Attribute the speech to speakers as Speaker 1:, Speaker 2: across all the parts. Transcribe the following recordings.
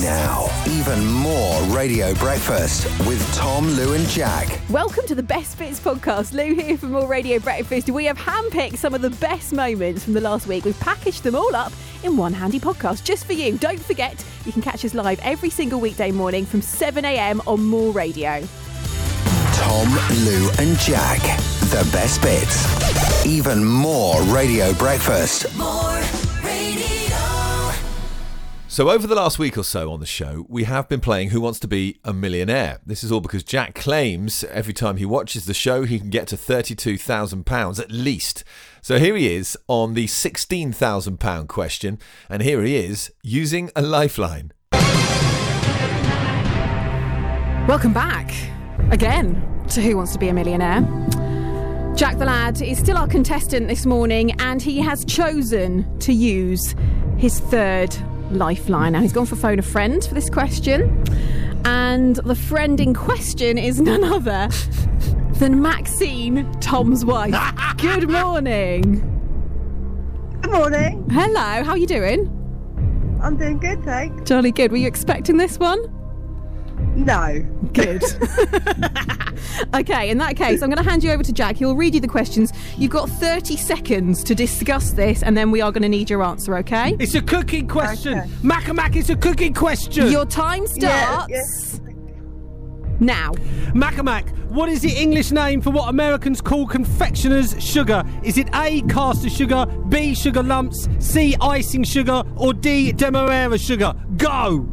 Speaker 1: Now, even more Radio Breakfast with Tom, Lou, and Jack.
Speaker 2: Welcome to the Best Bits podcast. Lou here for more Radio Breakfast. We have handpicked some of the best moments from the last week. We've packaged them all up in one handy podcast just for you. Don't forget, you can catch us live every single weekday morning from 7 a.m. on More Radio.
Speaker 1: Tom, Lou, and Jack. The best bits. Even more Radio Breakfast.
Speaker 3: More radio.
Speaker 4: So, over the last week or so on the show, we have been playing Who Wants to Be a Millionaire. This is all because Jack claims every time he watches the show, he can get to £32,000 at least. So, here he is on the £16,000 question, and here he is using a lifeline.
Speaker 2: Welcome back again to Who Wants to Be a Millionaire. Jack the Lad is still our contestant this morning and he has chosen to use his third lifeline. Now he's gone for phone a friend for this question. And the friend in question is none other than Maxine, Tom's wife. Good morning.
Speaker 5: Good morning.
Speaker 2: Hello, how are you doing?
Speaker 5: I'm doing good, thanks.
Speaker 2: Jolly good. Were you expecting this one?
Speaker 5: No.
Speaker 2: Good. okay, in that case, I'm going to hand you over to Jack. He'll read you the questions. You've got 30 seconds to discuss this, and then we are going to need your answer, okay?
Speaker 6: It's a cooking question.
Speaker 5: Okay.
Speaker 6: Mac, it's a cooking question.
Speaker 2: Your time starts now.
Speaker 6: Macamac, what is the English name for what Americans call confectioner's sugar? Is it A, caster sugar, B, sugar lumps, C, icing sugar, or D, demerara sugar? Go!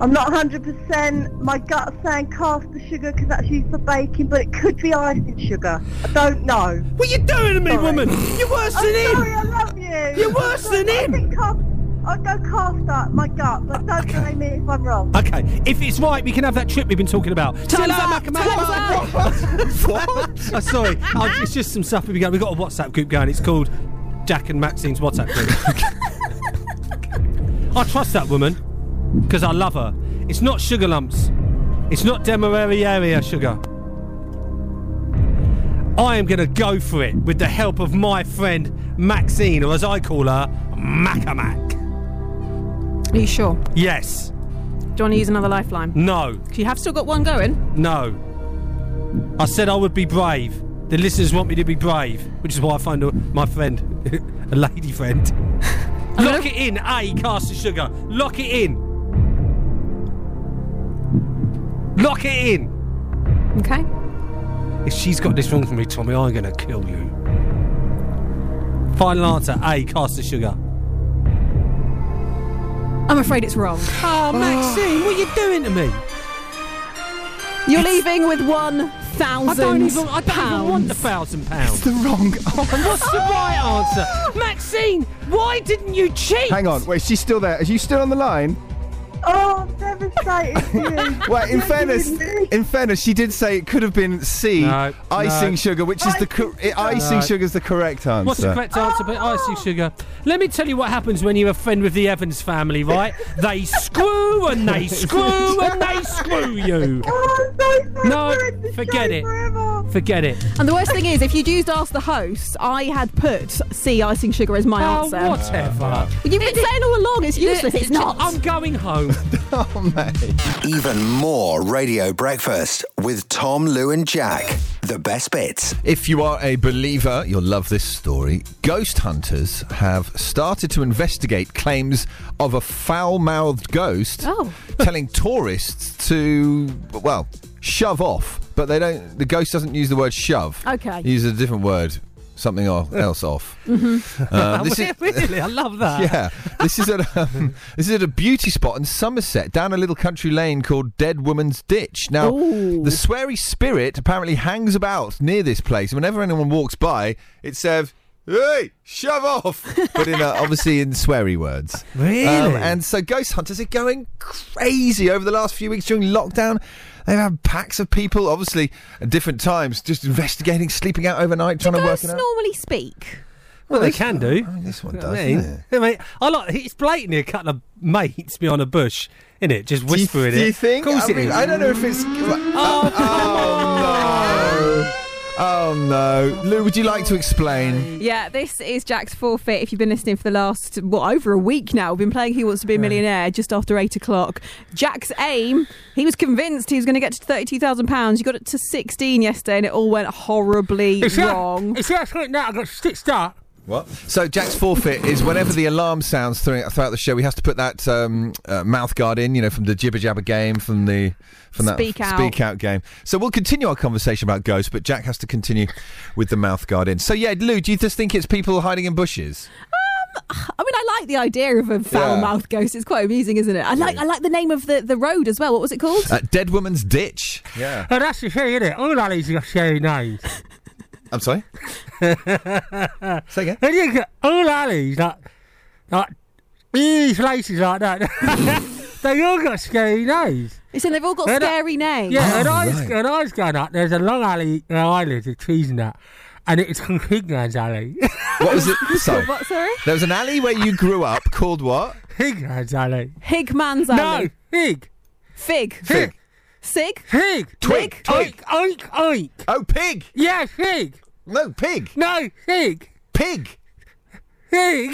Speaker 5: I'm not 100%. My gut's saying caster sugar because that's used for baking, but it could be icing sugar. I don't know.
Speaker 6: What are you doing to me, woman? You're worse
Speaker 5: I'm
Speaker 6: than him!
Speaker 5: sorry, I love you.
Speaker 6: You're worse
Speaker 5: But
Speaker 6: than him.
Speaker 5: I think cast, I'd go caster, my gut, but don't blame me if I'm wrong.
Speaker 6: Okay, if it's right, we can have that trip we've been talking about. See you later,
Speaker 2: up,
Speaker 6: Macamac.
Speaker 2: time's
Speaker 6: What? oh, sorry, I- it's just some stuff we've got. We've got a WhatsApp group going. It's called Jack and Maxine's WhatsApp group. I trust that woman because I love her. It's not sugar lumps. It's not demerara sugar. I am going to go for it with the help of my friend Maxine, or as I call her, Macamac.
Speaker 2: Are you sure? Do
Speaker 6: Yes.
Speaker 2: you want to use another lifeline?
Speaker 6: No.
Speaker 2: 'Cause You have still got one going.
Speaker 6: No. I said I would be brave. The listeners want me to be brave, which is why I find a, my friend, a lady friend. Lock it in, A, caster sugar. Lock it in. Lock it in.
Speaker 2: Okay.
Speaker 6: If she's got this wrong for me, Tommy, I'm going to kill you. Final answer, A, caster sugar.
Speaker 2: I'm afraid it's wrong.
Speaker 6: Oh, Maxine, what are you doing to me?
Speaker 2: You're leaving with one
Speaker 6: I don't even, I
Speaker 2: thousand
Speaker 6: don't even want
Speaker 2: pounds.
Speaker 6: the thousand pounds.
Speaker 7: the wrong.
Speaker 6: And what's the right answer? Oh, Maxine, why didn't you cheat?
Speaker 7: Hang on, wait, she's still there. Are you still on the line?
Speaker 5: Oh, I'm devastated for you.
Speaker 7: Well, in
Speaker 5: You're
Speaker 7: fairness,
Speaker 5: kidding me.
Speaker 7: in fairness, she did say it could have been C,
Speaker 6: No,
Speaker 7: icing
Speaker 6: no.
Speaker 7: sugar, which is the cor- icing
Speaker 6: No.
Speaker 7: sugar's the correct answer.
Speaker 6: What's the correct answer? But icing sugar. Let me tell you what happens when you're a friend with the Evans family, right? They screw and they screw and they screw you.
Speaker 5: Oh, I'm so sorry
Speaker 6: No,
Speaker 5: for it to
Speaker 6: forget
Speaker 5: stay
Speaker 6: it.
Speaker 5: Forever.
Speaker 6: Forget it.
Speaker 2: And the worst thing is, if you'd used Ask the Host, I had put sea icing sugar as my
Speaker 6: Oh,
Speaker 2: answer.
Speaker 6: whatever.
Speaker 2: You've been saying all along um, it's useless. It's not.
Speaker 6: I'm going home.
Speaker 1: Even more Radio Breakfast with Tom, Lou, and Jack. The best bits.
Speaker 4: If you are a believer, you'll love this story. Ghost hunters have started to investigate claims of a foul mouthed ghost
Speaker 2: Oh.
Speaker 4: telling tourists to, well, shove off. But they don't, the ghost doesn't use the word shove.
Speaker 2: Okay.
Speaker 4: He uses a different word, something or- else off.
Speaker 2: Mm-hmm.
Speaker 4: Um, this is,
Speaker 6: really, I love that.
Speaker 4: yeah, this is at um, this is at a beauty spot in Somerset, down a little country lane called Dead Woman's Ditch. Now,
Speaker 2: Ooh.
Speaker 4: the sweary spirit apparently hangs about near this place, and whenever anyone walks by, it says, "Hey, shove off!" But in uh, obviously in sweary words. Um,
Speaker 6: Really?
Speaker 4: and so ghost hunters are going crazy over the last few weeks during lockdown. They've had packs of people, obviously at different times, just investigating, sleeping out overnight, trying to work
Speaker 2: Ghosts
Speaker 4: it out.
Speaker 2: normally speak.
Speaker 6: Well, they can do.
Speaker 4: I mean, this one
Speaker 6: You know
Speaker 4: does.
Speaker 6: what I
Speaker 4: doesn't
Speaker 6: mean?
Speaker 4: it?
Speaker 6: I mean, I like it's blatantly a couple of mates behind a bush, isn't it? Just
Speaker 7: Do you,
Speaker 6: whispering
Speaker 7: do you
Speaker 6: it.
Speaker 7: think?
Speaker 6: Of course
Speaker 7: I,
Speaker 6: it
Speaker 7: mean,
Speaker 6: is.
Speaker 7: I don't know if it's.
Speaker 6: Oh, come on.
Speaker 7: Oh,
Speaker 4: Oh no, Lou, would you like to explain?
Speaker 2: Yeah, this is Jack's forfeit. If you've been listening for the last, well, over a week now, we've been playing Who Wants to Be a Millionaire just after eight o'clock. Jack's aim, he was convinced he was going to get to £32,000. You got it to 16 yesterday and it all went horribly wrong.
Speaker 6: It's actually now I got stitched up.
Speaker 8: What?
Speaker 4: So Jack's forfeit is whenever the alarm sounds through, throughout the show, he has to put that um, uh, mouth guard in. You know, from the jibber jabber game, from the from that
Speaker 2: Speak out.
Speaker 4: speak out game. So we'll continue our conversation about ghosts, but Jack has to continue with the mouth guard in. So yeah, Lou, do you just think it's people hiding in bushes?
Speaker 2: I mean, I like the idea of a foul
Speaker 4: Yeah.
Speaker 2: mouth ghost. It's quite amusing, isn't it? I like I like the name of the, the road as well. What was it called?
Speaker 4: Uh, Dead woman's ditch. Yeah.
Speaker 6: And Oh, that's the thing, isn't it? All that is your sharing names.
Speaker 4: I'm sorry. Say again.
Speaker 6: And you get all alleys, like, like these places like that. they all got scary names.
Speaker 2: It's in they've all got
Speaker 6: And I-
Speaker 2: scary names.
Speaker 6: Yeah, and I was,
Speaker 4: Oh, right.
Speaker 6: and I was going up, there's a long alley where I live, with trees and that, and it's called Higman's Alley.
Speaker 4: What was it? Sorry.
Speaker 2: What, sorry?
Speaker 4: There was an alley where you grew up called what?
Speaker 6: Higman's Alley.
Speaker 2: Higman's
Speaker 6: No,
Speaker 2: Alley.
Speaker 6: Hig,
Speaker 2: Fig.
Speaker 4: Fig.
Speaker 2: Sig.
Speaker 6: Hig.
Speaker 4: Twig.
Speaker 6: Oink, oink, oink.
Speaker 4: Oh, pig.
Speaker 6: Yeah, Hig.
Speaker 4: No, pig.
Speaker 6: No, Hig.
Speaker 4: Pig.
Speaker 6: Hig.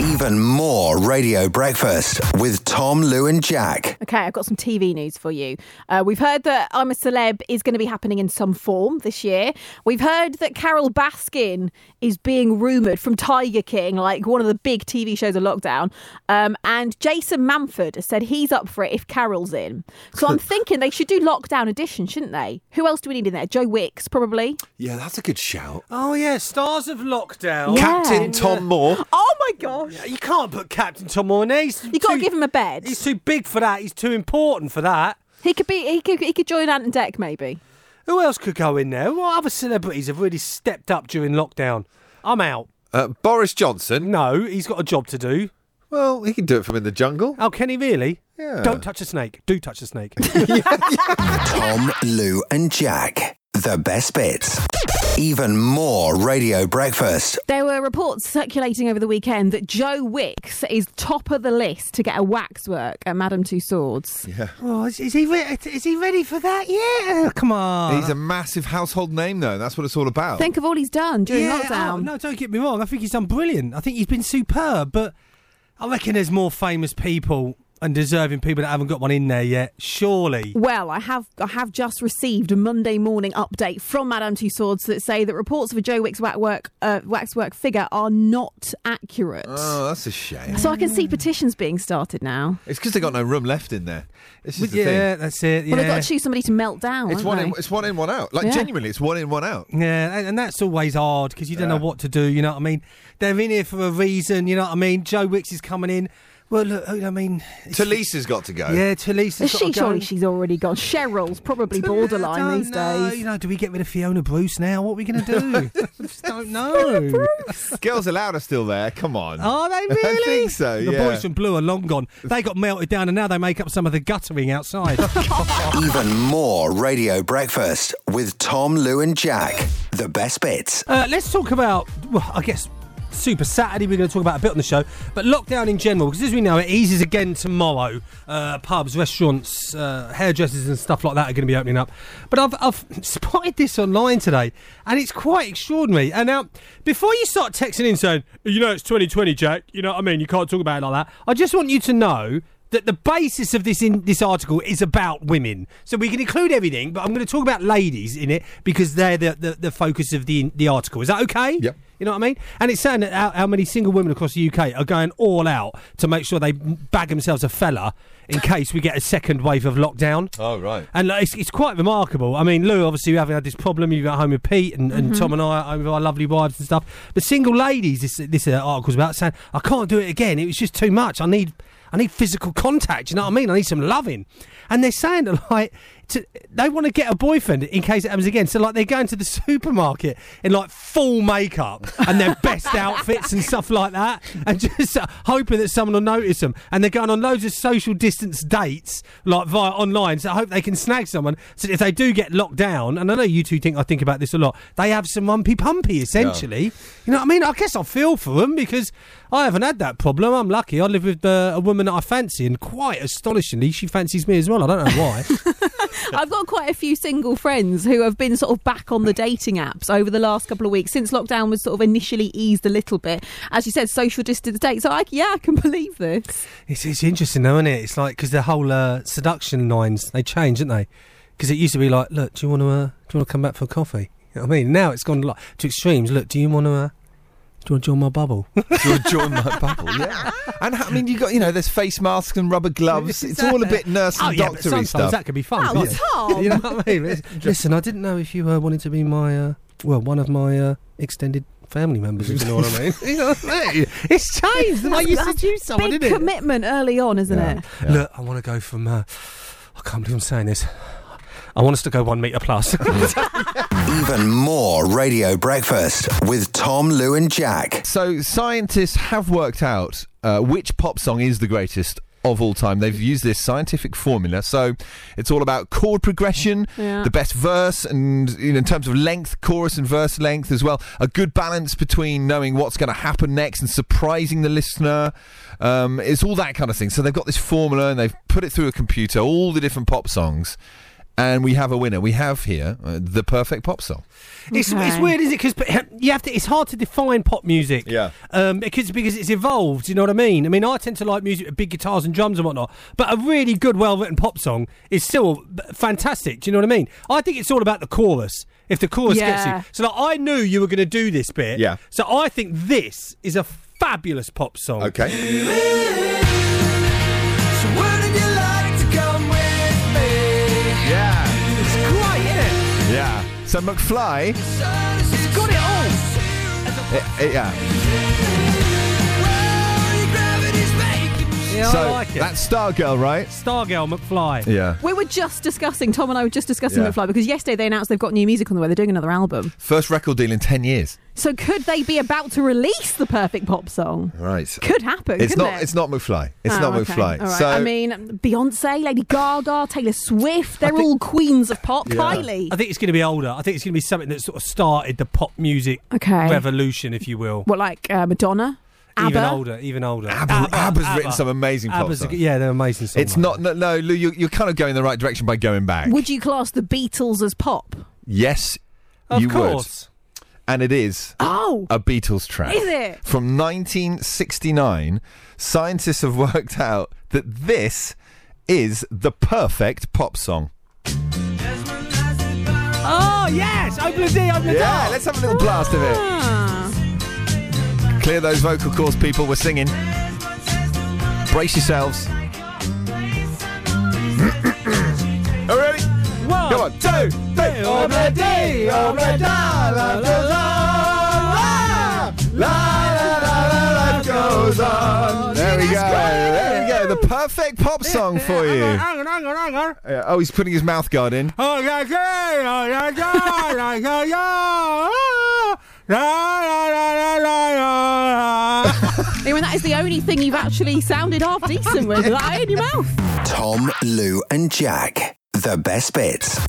Speaker 1: Even more Radio Breakfast with Tom, Lou, and Jack.
Speaker 2: Okay, I've got some TV news for you. Uh, we've heard that I'm a Celeb is going to be happening in some form this year. We've heard that Carol Baskin is being rumoured from Tiger King, like one of the big TV shows of lockdown. Um, and Jason Manford has said he's up for it if Carol's in. So I'm thinking they should do Lockdown Edition, shouldn't they? Who else do we need in there? Joe Wicks, probably.
Speaker 8: Yeah, that's a good shout.
Speaker 9: Oh yeah, stars of lockdown.
Speaker 2: Yeah.
Speaker 8: Captain Tom Moore.
Speaker 2: Oh my gosh.
Speaker 9: You can't put Captain Tom on there. He's
Speaker 2: you got to
Speaker 9: too-
Speaker 2: give him a bed.
Speaker 9: He's too big for that. He's too important for that.
Speaker 2: He could be. He could. He could join Ant and Deck maybe.
Speaker 9: Who else could go in there? What other celebrities have really stepped up during lockdown? I'm out.
Speaker 8: Uh, Boris Johnson.
Speaker 9: No, he's got a job to do.
Speaker 8: Well, he can do it from in the jungle.
Speaker 9: Oh, can he really?
Speaker 8: Yeah.
Speaker 9: Don't touch a snake. Do touch a snake.
Speaker 1: Tom, Lou, and Jack. The best bits. Even more Radio Breakfast.
Speaker 2: There were reports circulating over the weekend that Joe Wicks is top of the list to get a waxwork at Madame Two Swords.
Speaker 6: Oh, is, is he re- is he ready for that? Yeah,
Speaker 9: Oh,
Speaker 6: come on.
Speaker 4: He's a massive household name, though. That's what it's all about.
Speaker 2: Think of all he's done during
Speaker 6: yeah,
Speaker 2: lockdown.
Speaker 6: oh, no, don't get me wrong. I think he's done brilliant. I think he's been superb, but I reckon there's more famous people and deserving people that haven't got one in there yet. Surely.
Speaker 2: Well, I have I have just received a Monday morning update from Madame Two Swords that say that reports of a Joe Wicks waxwork uh, waxwork figure are not accurate.
Speaker 4: Oh, that's a shame.
Speaker 2: So I can see petitions being started now.
Speaker 4: It's because they got no room left in there. This is the
Speaker 6: yeah,
Speaker 4: thing.
Speaker 6: that's it. Yeah.
Speaker 2: Well, they've got to choose somebody to melt down.
Speaker 4: It's
Speaker 2: haven't
Speaker 4: one,
Speaker 2: they?
Speaker 4: in, it's one in, one out. Like,
Speaker 2: Yeah.
Speaker 4: genuinely, it's one in, one out.
Speaker 6: yeah, and, and that's always hard because you don't know what to do. You know what I mean? They're in here for a reason. You know what I mean? Joe Wicks is coming in. Well, look, I mean, it's-
Speaker 4: Talisa's got to go.
Speaker 6: Yeah, Talise
Speaker 2: Is she surely she's already gone. Cheryl's probably borderline these days.
Speaker 6: You know, do we get rid of Fiona Bruce now? What are we going to do? I just don't know.
Speaker 4: Girls Aloud are still there. Come on.
Speaker 6: Are they
Speaker 4: I
Speaker 6: really?
Speaker 4: think so,
Speaker 6: The
Speaker 4: yeah.
Speaker 6: boys from Blue are long gone. They got melted down, and now they make up some of the guttering outside.
Speaker 1: Even more Radio Breakfast with Tom, Lou, and Jack. The best bits.
Speaker 6: uh, let's talk about, well, I guess, Super Saturday. We're going to talk about a bit on the show, but lockdown in general, because as we know, it eases again tomorrow. Uh, pubs, restaurants, uh, hairdressers, and stuff like that are going to be opening up. But I've, I've spotted this online today, and it's quite extraordinary. And now, before you start texting in saying, you know, it's 2020, Jack. You know what I mean? You can't talk about it like that. I just want you to know that the basis of this in this article is about women. So we can include everything, but I'm going to talk about ladies in it because they're the, the, the focus of the the article. Is that okay?
Speaker 4: Yep.
Speaker 6: You know what I mean? And it's saying that how, how many single women across the UK are going all out to make sure they bag themselves a fella in case we get a second wave of lockdown.
Speaker 8: Oh, right.
Speaker 6: And like, it's, it's quite remarkable. I mean, Lou, obviously, we haven't had this problem. You've got home with Pete and, and Tom and I at home with our lovely wives and stuff. But single ladies, this this uh, article's about saying, I can't do it again. It was just too much. I need I need physical contact. You know what I mean? I need some loving. And they're saying that like to, they want to get a boyfriend in case it happens again. So like they're going to the supermarket in like full makeup and their best outfits and stuff like that, and just uh, hoping that someone will notice them. And they're going on loads of social distance dates like via online. So I hope they can snag someone. So if they do get locked down, and I know you two think I think about this a lot, they have some rumpy pumpy essentially. You know what I mean? I guess I feel for them because I haven't had that problem. I'm lucky. I live with uh, a woman that I fancy, and quite astonishingly, she fancies me as well. I don't know why.
Speaker 2: I've got quite a few single friends who have been sort of back on the dating apps over the last couple of weeks since lockdown was sort of initially eased a little bit. As you said, social distance date. So I, yeah, I can believe this.
Speaker 6: It's, it's interesting, though, isn't it? It's like because the whole uh, seduction lines they change, didn't they? Because it used to be like, look, do you want to uh, do you want to come back for coffee? You know what I mean, now it's gone like to extremes. Look, do you want to uh, do you want to join my bubble?
Speaker 4: Do you wanna join my bubble? Yeah. And I mean, you got you know, there's face masks and rubber gloves. It's all a bit nurse
Speaker 7: Oh,
Speaker 4: and
Speaker 6: Oh, but
Speaker 4: doctory
Speaker 6: sometimes
Speaker 4: stuff.
Speaker 6: that could be fun.
Speaker 2: Oh,
Speaker 6: can't it?
Speaker 2: Tom.
Speaker 6: You know what I mean? It's- Listen, I didn't know if you uh, wanted to be my, uh, well, one of my uh, extended family members, if you know what I mean. You know what I mean? It's changed. I used to choose someone,
Speaker 2: Big
Speaker 6: didn't it?
Speaker 2: commitment early on, isn't it?
Speaker 6: Look, I want to go from, uh, I can't believe I'm saying this. I want us to go one metre plus.
Speaker 4: Mm.
Speaker 1: Even more Radio Breakfast with Tom, Lou, and Jack.
Speaker 4: So scientists have worked out uh, which pop song is the greatest of all time. They've used this scientific formula. So it's all about chord progression,
Speaker 2: Yeah.
Speaker 4: the best verse, and you know, in terms of length, chorus and verse length as well. A good balance between knowing what's going to happen next and surprising the listener. Um, it's all that kind of thing. So they've got this formula and they've put it through a computer, all the different pop songs. And we have a winner. We have here uh, the perfect pop song.
Speaker 6: It's, it's
Speaker 2: Okay.
Speaker 6: weird, is it? Because you have to. It's hard to define pop music.
Speaker 4: Yeah.
Speaker 6: Um, because because it's evolved. You know what I mean? I mean, I tend to like music with big guitars and drums and whatnot. But a really good, well-written pop song is still b- fantastic. Do you know what I mean? I think it's all about the chorus. If the chorus
Speaker 2: Yeah.
Speaker 6: gets you, so like, I knew you were going to do this bit.
Speaker 4: Yeah.
Speaker 6: So I think this is a fabulous pop song.
Speaker 4: Okay.
Speaker 7: So would you like to come with me?
Speaker 4: Yeah.
Speaker 6: It's great, isn't it?
Speaker 4: Yeah. So McFly.
Speaker 7: It's got it all.
Speaker 4: Uh, yeah.
Speaker 7: Well, your gravity's making
Speaker 6: Yeah,
Speaker 4: so
Speaker 6: I like it.
Speaker 4: that's Stargirl, right?
Speaker 6: Stargirl McFly.
Speaker 4: Yeah.
Speaker 2: We were just discussing, Tom and I were just discussing
Speaker 4: Yeah.
Speaker 2: McFly because yesterday they announced they've got new music on the way. They're doing another album.
Speaker 4: First record deal in 10 years.
Speaker 2: So could they be about to release the perfect pop song?
Speaker 4: Right.
Speaker 2: Could happen.
Speaker 4: It's
Speaker 2: couldn't
Speaker 4: not.
Speaker 2: It?
Speaker 4: It's not McFly. It's
Speaker 2: Oh,
Speaker 4: not
Speaker 2: okay.
Speaker 4: McFly.
Speaker 2: All right.
Speaker 4: So
Speaker 2: I mean, Beyonce, Lady Gaga, Taylor Swift, they're all queens of pop. Kylie.
Speaker 6: I think it's going to be older. I think it's going to be something that sort of started the pop music
Speaker 2: Okay.
Speaker 6: revolution, if you will.
Speaker 2: What, like uh, Madonna? ABBA?
Speaker 6: Even older, even older.
Speaker 4: ABBA, ABBA's written some amazing pop
Speaker 6: ABBA's a
Speaker 4: songs.
Speaker 6: g- yeah, they're amazing songs.
Speaker 4: it's not. No, no Lou, you, you're kind of going in the right direction by going back.
Speaker 2: Would you class the Beatles as pop?
Speaker 4: yes,
Speaker 6: Of
Speaker 4: you
Speaker 6: course.
Speaker 4: would. And it is
Speaker 2: Oh!
Speaker 4: a Beatles track.
Speaker 2: Is it?
Speaker 4: From 1969, scientists have worked out that this is the perfect pop song.
Speaker 6: Oh, yes! Open the D, open the
Speaker 4: Yeah, let's have a little blast of it.
Speaker 2: Ah.
Speaker 4: Clear those vocal cords, people. We're singing. Brace yourselves. All right.
Speaker 6: door. One,
Speaker 4: Come on. Two, three.
Speaker 6: Over D, over da, la, la,
Speaker 4: Life goes on. There we go. There we go. The perfect pop song for you.
Speaker 6: Hang on, hang on, hang on.
Speaker 4: Yeah, Oh, he's putting his mouth guard in.
Speaker 6: Oh, yeah, yeah, yeah, yeah, yeah, yeah, yeah. Oh. La, la, la, la, la, la.
Speaker 2: I mean, that is the only thing you've actually sounded half decent with. Like, in your mouth.
Speaker 1: Tom, Lou, and Jack. The best bits.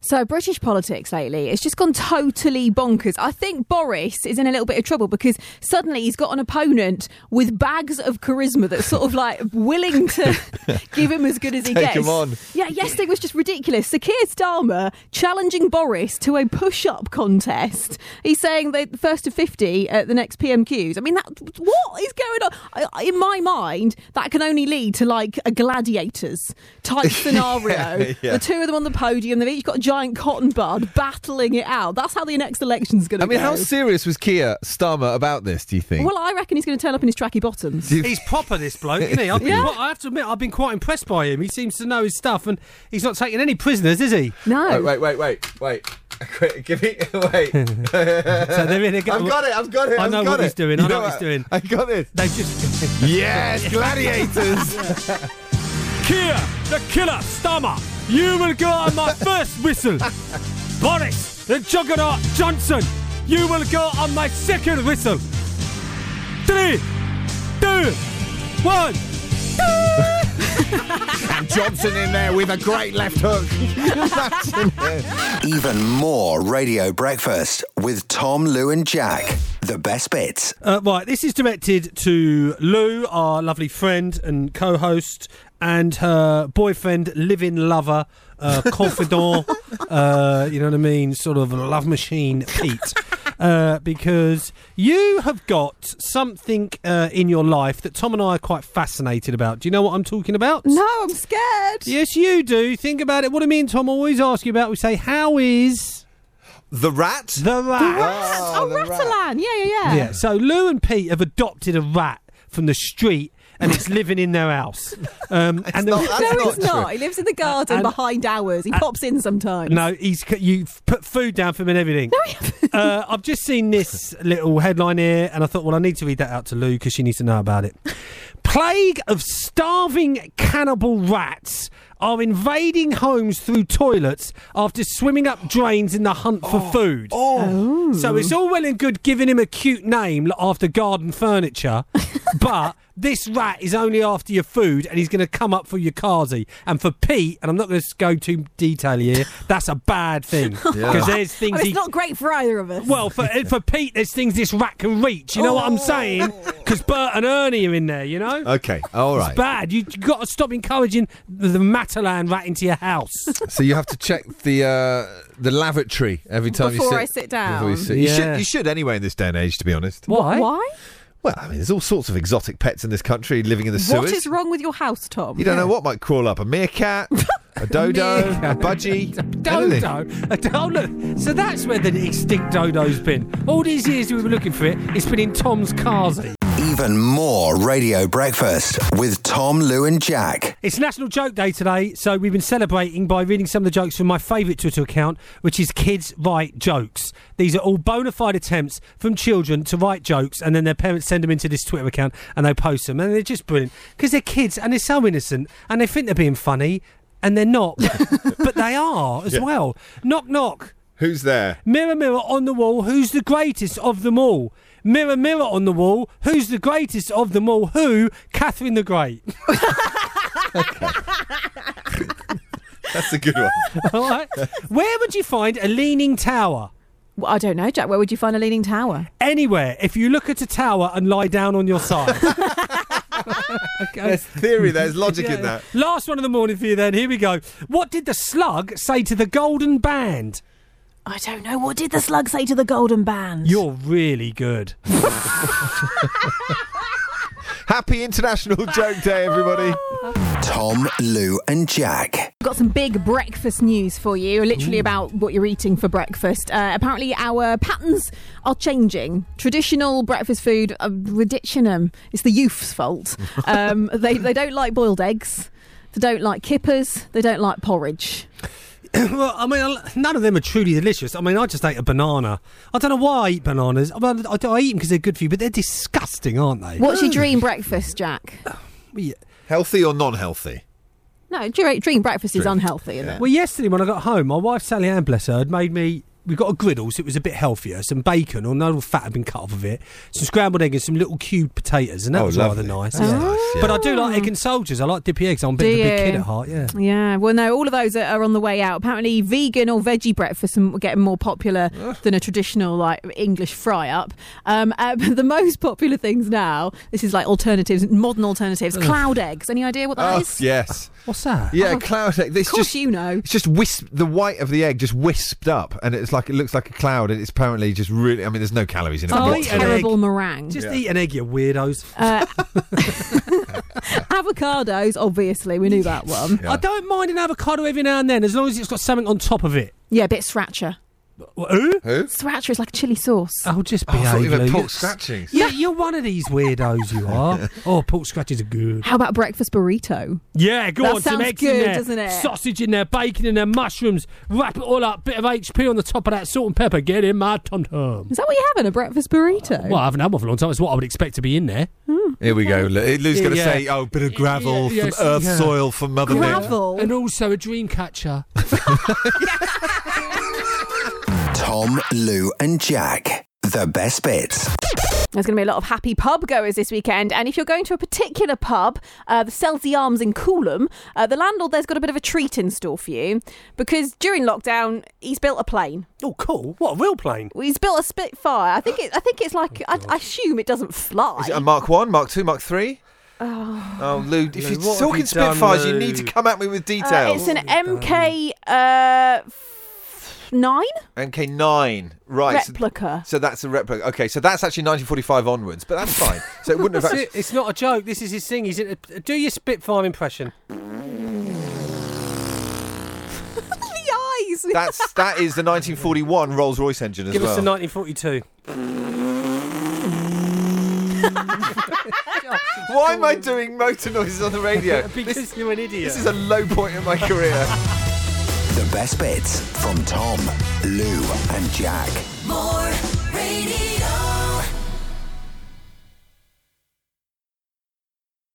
Speaker 2: So British politics lately, it's just gone totally bonkers. I think Boris is in a little bit of trouble because suddenly he's got an opponent with bags of charisma that's sort of like willing to give him as good as he
Speaker 4: Take
Speaker 2: gets.
Speaker 4: him on.
Speaker 2: Yeah, yesterday was just ridiculous. Sir Keir Starmer challenging Boris to a push-up contest. He's saying the first to fifty at the next PMQs. I mean, that what is going on? I- I- In my mind, that can only lead to like a gladiators type scenario.
Speaker 4: yeah.
Speaker 2: The two of them on the podium. They've each got a giant cotton bud battling it out. That's how the next election's going
Speaker 4: I
Speaker 2: to
Speaker 4: mean,
Speaker 2: go.
Speaker 4: how serious was Kia Starmer about this, do you think?
Speaker 2: well, I reckon he's going to turn up in his tracky bottoms.
Speaker 6: He's proper, this bloke, isn't he? I've been
Speaker 2: Yeah.
Speaker 6: quite- I have to admit, I've been quite impressed by him. He seems to know his stuff, and he's not taking any prisoners, is he?
Speaker 2: No.
Speaker 4: Wait, wait, wait, wait, wait. Quick, Give me. Wait.
Speaker 6: So they're in a
Speaker 4: I've got it. I've got it.
Speaker 6: I
Speaker 4: I've
Speaker 6: know
Speaker 4: got
Speaker 6: what
Speaker 4: it.
Speaker 6: he's doing, I know what he's doing.
Speaker 4: I got this.
Speaker 6: They've just.
Speaker 4: Yes, gladiators.
Speaker 6: Kia, the killer stammer. You will go on my first whistle. Boris, the juggernaut Johnson. You will go on my second whistle. Three, two, one.
Speaker 4: and Johnson in there with a great left hook.
Speaker 1: Even more Radio Breakfast with Tom, Lou, and Jack. The best bits.
Speaker 6: Uh, right, this is directed to Lou, our lovely friend and co-host, and her boyfriend, living lover, uh, confidant, uh, you know what I mean, sort of love machine, Pete. Uh, because you have got something uh, in your life that Tom and I are quite fascinated about. Do you know what I'm talking about?
Speaker 2: No, I'm scared.
Speaker 6: Yes, you do. Think about it. What do me and Tom always ask you about? We say, "How is
Speaker 8: The rat?
Speaker 6: the rat?"
Speaker 2: Oh,
Speaker 4: the
Speaker 2: Ratalan. Yeah, yeah, yeah.
Speaker 6: Yeah. So Lou and Pete have adopted a rat from the street, and it's living in their house. Um, and the-
Speaker 4: not- that's
Speaker 2: No, he's
Speaker 4: not true. Uh,
Speaker 2: not. He lives in the garden
Speaker 6: and-
Speaker 2: behind ours. He pops in sometimes.
Speaker 6: No, he's c- you've put food down for him and everything. uh, I've just seen this little headline here, and I thought, well, I need to read that out to Lou because she needs to know about it. Plague of starving cannibal rats are invading homes through toilets after swimming up drains in the hunt for food. Oh. So it's
Speaker 4: Hmm.
Speaker 6: all well and good giving him a cute name like, after garden furniture, but this rat is only after your food and he's going to come up for your carzy. And for Pete, and I'm not going to go too detail here, that's a bad thing because there's
Speaker 2: I mean,
Speaker 6: things
Speaker 2: it's
Speaker 6: he
Speaker 2: not great for either of us.
Speaker 6: well, for, eh, for Pete, there's things this rat can reach. You know what I'm saying? Because Bert and Ernie are in there, you know?
Speaker 4: Oh. Okay, all right.
Speaker 6: Bad. You have got to stop encouraging the, the Matalan rat into your house.
Speaker 4: So you have to check the uh, the lavatory every time you
Speaker 2: Before
Speaker 4: sit.
Speaker 2: I sit down.
Speaker 4: Before you, sit. you
Speaker 6: Yeah.
Speaker 4: should you should anyway in this day and age, to be honest.
Speaker 6: Why?
Speaker 2: Why?
Speaker 4: Well, I mean, there's all sorts of exotic pets in this country living in the
Speaker 2: What
Speaker 4: sewers.
Speaker 2: is wrong with your house, Tom?
Speaker 4: you don't know what might crawl up—a meerkat, a dodo, a budgie, anything.
Speaker 6: Dodo. A do- oh, look. So that's where the extinct dodo's been. All these years we were looking for it, it's been in Tom's cars.
Speaker 1: Even more Radio Breakfast with Tom, Lou, and Jack.
Speaker 6: It's National Joke Day today, so we've been celebrating by reading some of the jokes from my favourite Twitter account, which is Kids Write Jokes. These are all bona fide attempts from children to write jokes, and then their parents send them into this Twitter account and they post them, and they're just brilliant because they're kids and they're so innocent and they think they're being funny, and they're not, but they are as well. Knock, knock.
Speaker 4: Who's there?
Speaker 6: Mirror, mirror on the wall, who's the greatest of them all? Mirror, mirror on the wall, who's the greatest of them all? Who? Catherine the Great.
Speaker 4: That's a good one.
Speaker 6: All right. Where would you find a leaning tower?
Speaker 2: Well, I don't know, Jack. Where would you find a leaning tower?
Speaker 6: Anywhere. If you look at a tower and lie down on your side. okay.
Speaker 4: There's theory. There's logic in
Speaker 6: Yeah.
Speaker 4: that.
Speaker 6: Last one of the morning for you then. Here we go. What did the slug say to the golden band?
Speaker 2: I don't know. What did the slug say to the golden band?
Speaker 6: You're really good.
Speaker 4: Happy International Joke Day, everybody.
Speaker 1: Tom, Lou, and Jack.
Speaker 2: Got some big breakfast news for you, literally about what you're eating for breakfast. Uh, apparently, our patterns are changing. Traditional breakfast food, uh, ridiculum. It's the youth's fault. Um, they, they don't like boiled eggs, they don't like kippers, they don't like porridge.
Speaker 6: well, I mean, I- none of them are truly delicious. I mean, I just ate a banana. I don't know why I eat bananas. I, mean, I, I eat them because they're good for you, but they're disgusting, aren't they?
Speaker 2: What's your dream breakfast, Jack?
Speaker 6: Well,
Speaker 4: Healthy or non-healthy?
Speaker 2: No, dr- dream breakfast is unhealthy, isn't it?
Speaker 6: Well, yesterday when I got home, my wife Sally Ann, bless her, had made me. We got a griddle, so it was a bit healthier. Some bacon, or no fat had been cut off of it. Some scrambled egg and some little cubed potatoes, and that
Speaker 4: Oh,
Speaker 6: was
Speaker 4: lovely.
Speaker 6: rather nice.
Speaker 4: That's
Speaker 6: yeah.
Speaker 4: nice, yeah.
Speaker 6: But I do like egg and soldiers. I like dippy eggs. I'm a bit
Speaker 2: Ah. Do
Speaker 6: of a big
Speaker 2: you? Mm.
Speaker 6: kid at heart. Yeah.
Speaker 2: Yeah, well, no, all of those are, are on the way out. Apparently, vegan or veggie breakfasts are getting more popular than a traditional like English fry up. Um, uh, but the most popular things now, this is like alternatives, modern alternatives, cloud eggs. Any idea what that
Speaker 4: Oh,
Speaker 2: is?
Speaker 4: yes.
Speaker 6: What's that?
Speaker 4: Yeah,
Speaker 2: Oh,
Speaker 4: cloud egg. This
Speaker 2: of course
Speaker 4: just,
Speaker 2: you know.
Speaker 4: It's just wisp the white of the egg just wisped up, and it's like it looks like a cloud, and it's apparently just really. I mean, there's no calories in it.
Speaker 2: It's like a
Speaker 6: Oh, yeah.
Speaker 4: whatsoever.
Speaker 2: terrible meringue.
Speaker 6: Just
Speaker 4: Yeah.
Speaker 6: eat an egg, you weirdos.
Speaker 2: Uh, avocados, obviously, we knew that one.
Speaker 4: Yeah.
Speaker 6: I don't mind an avocado every now and then, as long as it's got something on top of it.
Speaker 2: Yeah, a bit sriracha.
Speaker 6: What, Who?
Speaker 4: Who?
Speaker 2: Sriracha is like a chili sauce.
Speaker 6: Oh, just
Speaker 4: Oh, I thought
Speaker 6: behave.
Speaker 4: you meant
Speaker 6: Lou.
Speaker 4: pork scratchings.
Speaker 6: Yeah, you're one of these weirdos. You are. oh, pork scratches are good.
Speaker 2: How about breakfast burrito?
Speaker 6: Yeah, go
Speaker 2: That
Speaker 6: on, some
Speaker 2: sounds
Speaker 6: eggs in
Speaker 2: good,
Speaker 6: there,
Speaker 2: doesn't it?
Speaker 6: sausage in there, bacon in there, mushrooms. Wrap it all up, bit of HP on the top of that, salt and pepper. Get in my tom tom.
Speaker 2: Is that what you're having? A breakfast burrito?
Speaker 6: Well, I haven't had one for a long time. It's what I would expect to be in there.
Speaker 4: Here we go. Lou- Lou's going to
Speaker 6: Yeah.
Speaker 4: say, "Oh, bit of gravel
Speaker 6: Yeah,
Speaker 4: from
Speaker 6: yes,
Speaker 4: earth
Speaker 6: yeah.
Speaker 4: soil from Mother Nature."
Speaker 2: Gravel.
Speaker 6: And also a dream catcher.
Speaker 1: Tom, Lou, and Jack. The best bits.
Speaker 2: There's going to be a lot of happy pub goers this weekend. And if you're going to a particular pub, uh, the Selzy Arms in Coolum, uh, the landlord there's got a bit of a treat in store for you because during lockdown, he's built a plane.
Speaker 6: oh, cool. What a real plane.
Speaker 2: Well, He's built a Spitfire. I think it, I think it's like, I, I assume it doesn't fly. Uh,
Speaker 4: Is it a Mark One, Mark Two, Mark Three? Oh, Lou, if
Speaker 6: Lou,
Speaker 4: you're
Speaker 6: what have
Speaker 4: talking
Speaker 6: you done,
Speaker 4: Spitfires, you need to
Speaker 6: Lou?
Speaker 4: come at me with
Speaker 2: Uh,
Speaker 4: details.
Speaker 2: it's an MK uh, f- nine
Speaker 4: MK9, right? so-
Speaker 2: replica.
Speaker 4: So, that's a replica. Okay, so that's actually 1945 onwards, but that's fine. So it wouldn't have actually.
Speaker 6: It's, it's not a joke. This is his thing. He's in a, do your Spitfire impression.
Speaker 2: the eyes.
Speaker 4: That's that is the 1941 Rolls Royce engine as
Speaker 6: Give
Speaker 4: well.
Speaker 6: us the 1942.
Speaker 4: Why am I doing motor noises on the radio?
Speaker 6: Because
Speaker 4: this,
Speaker 6: you're an idiot.
Speaker 4: this is a low point in my career.
Speaker 1: The best bits from Tom, Lou, and Jack.
Speaker 10: More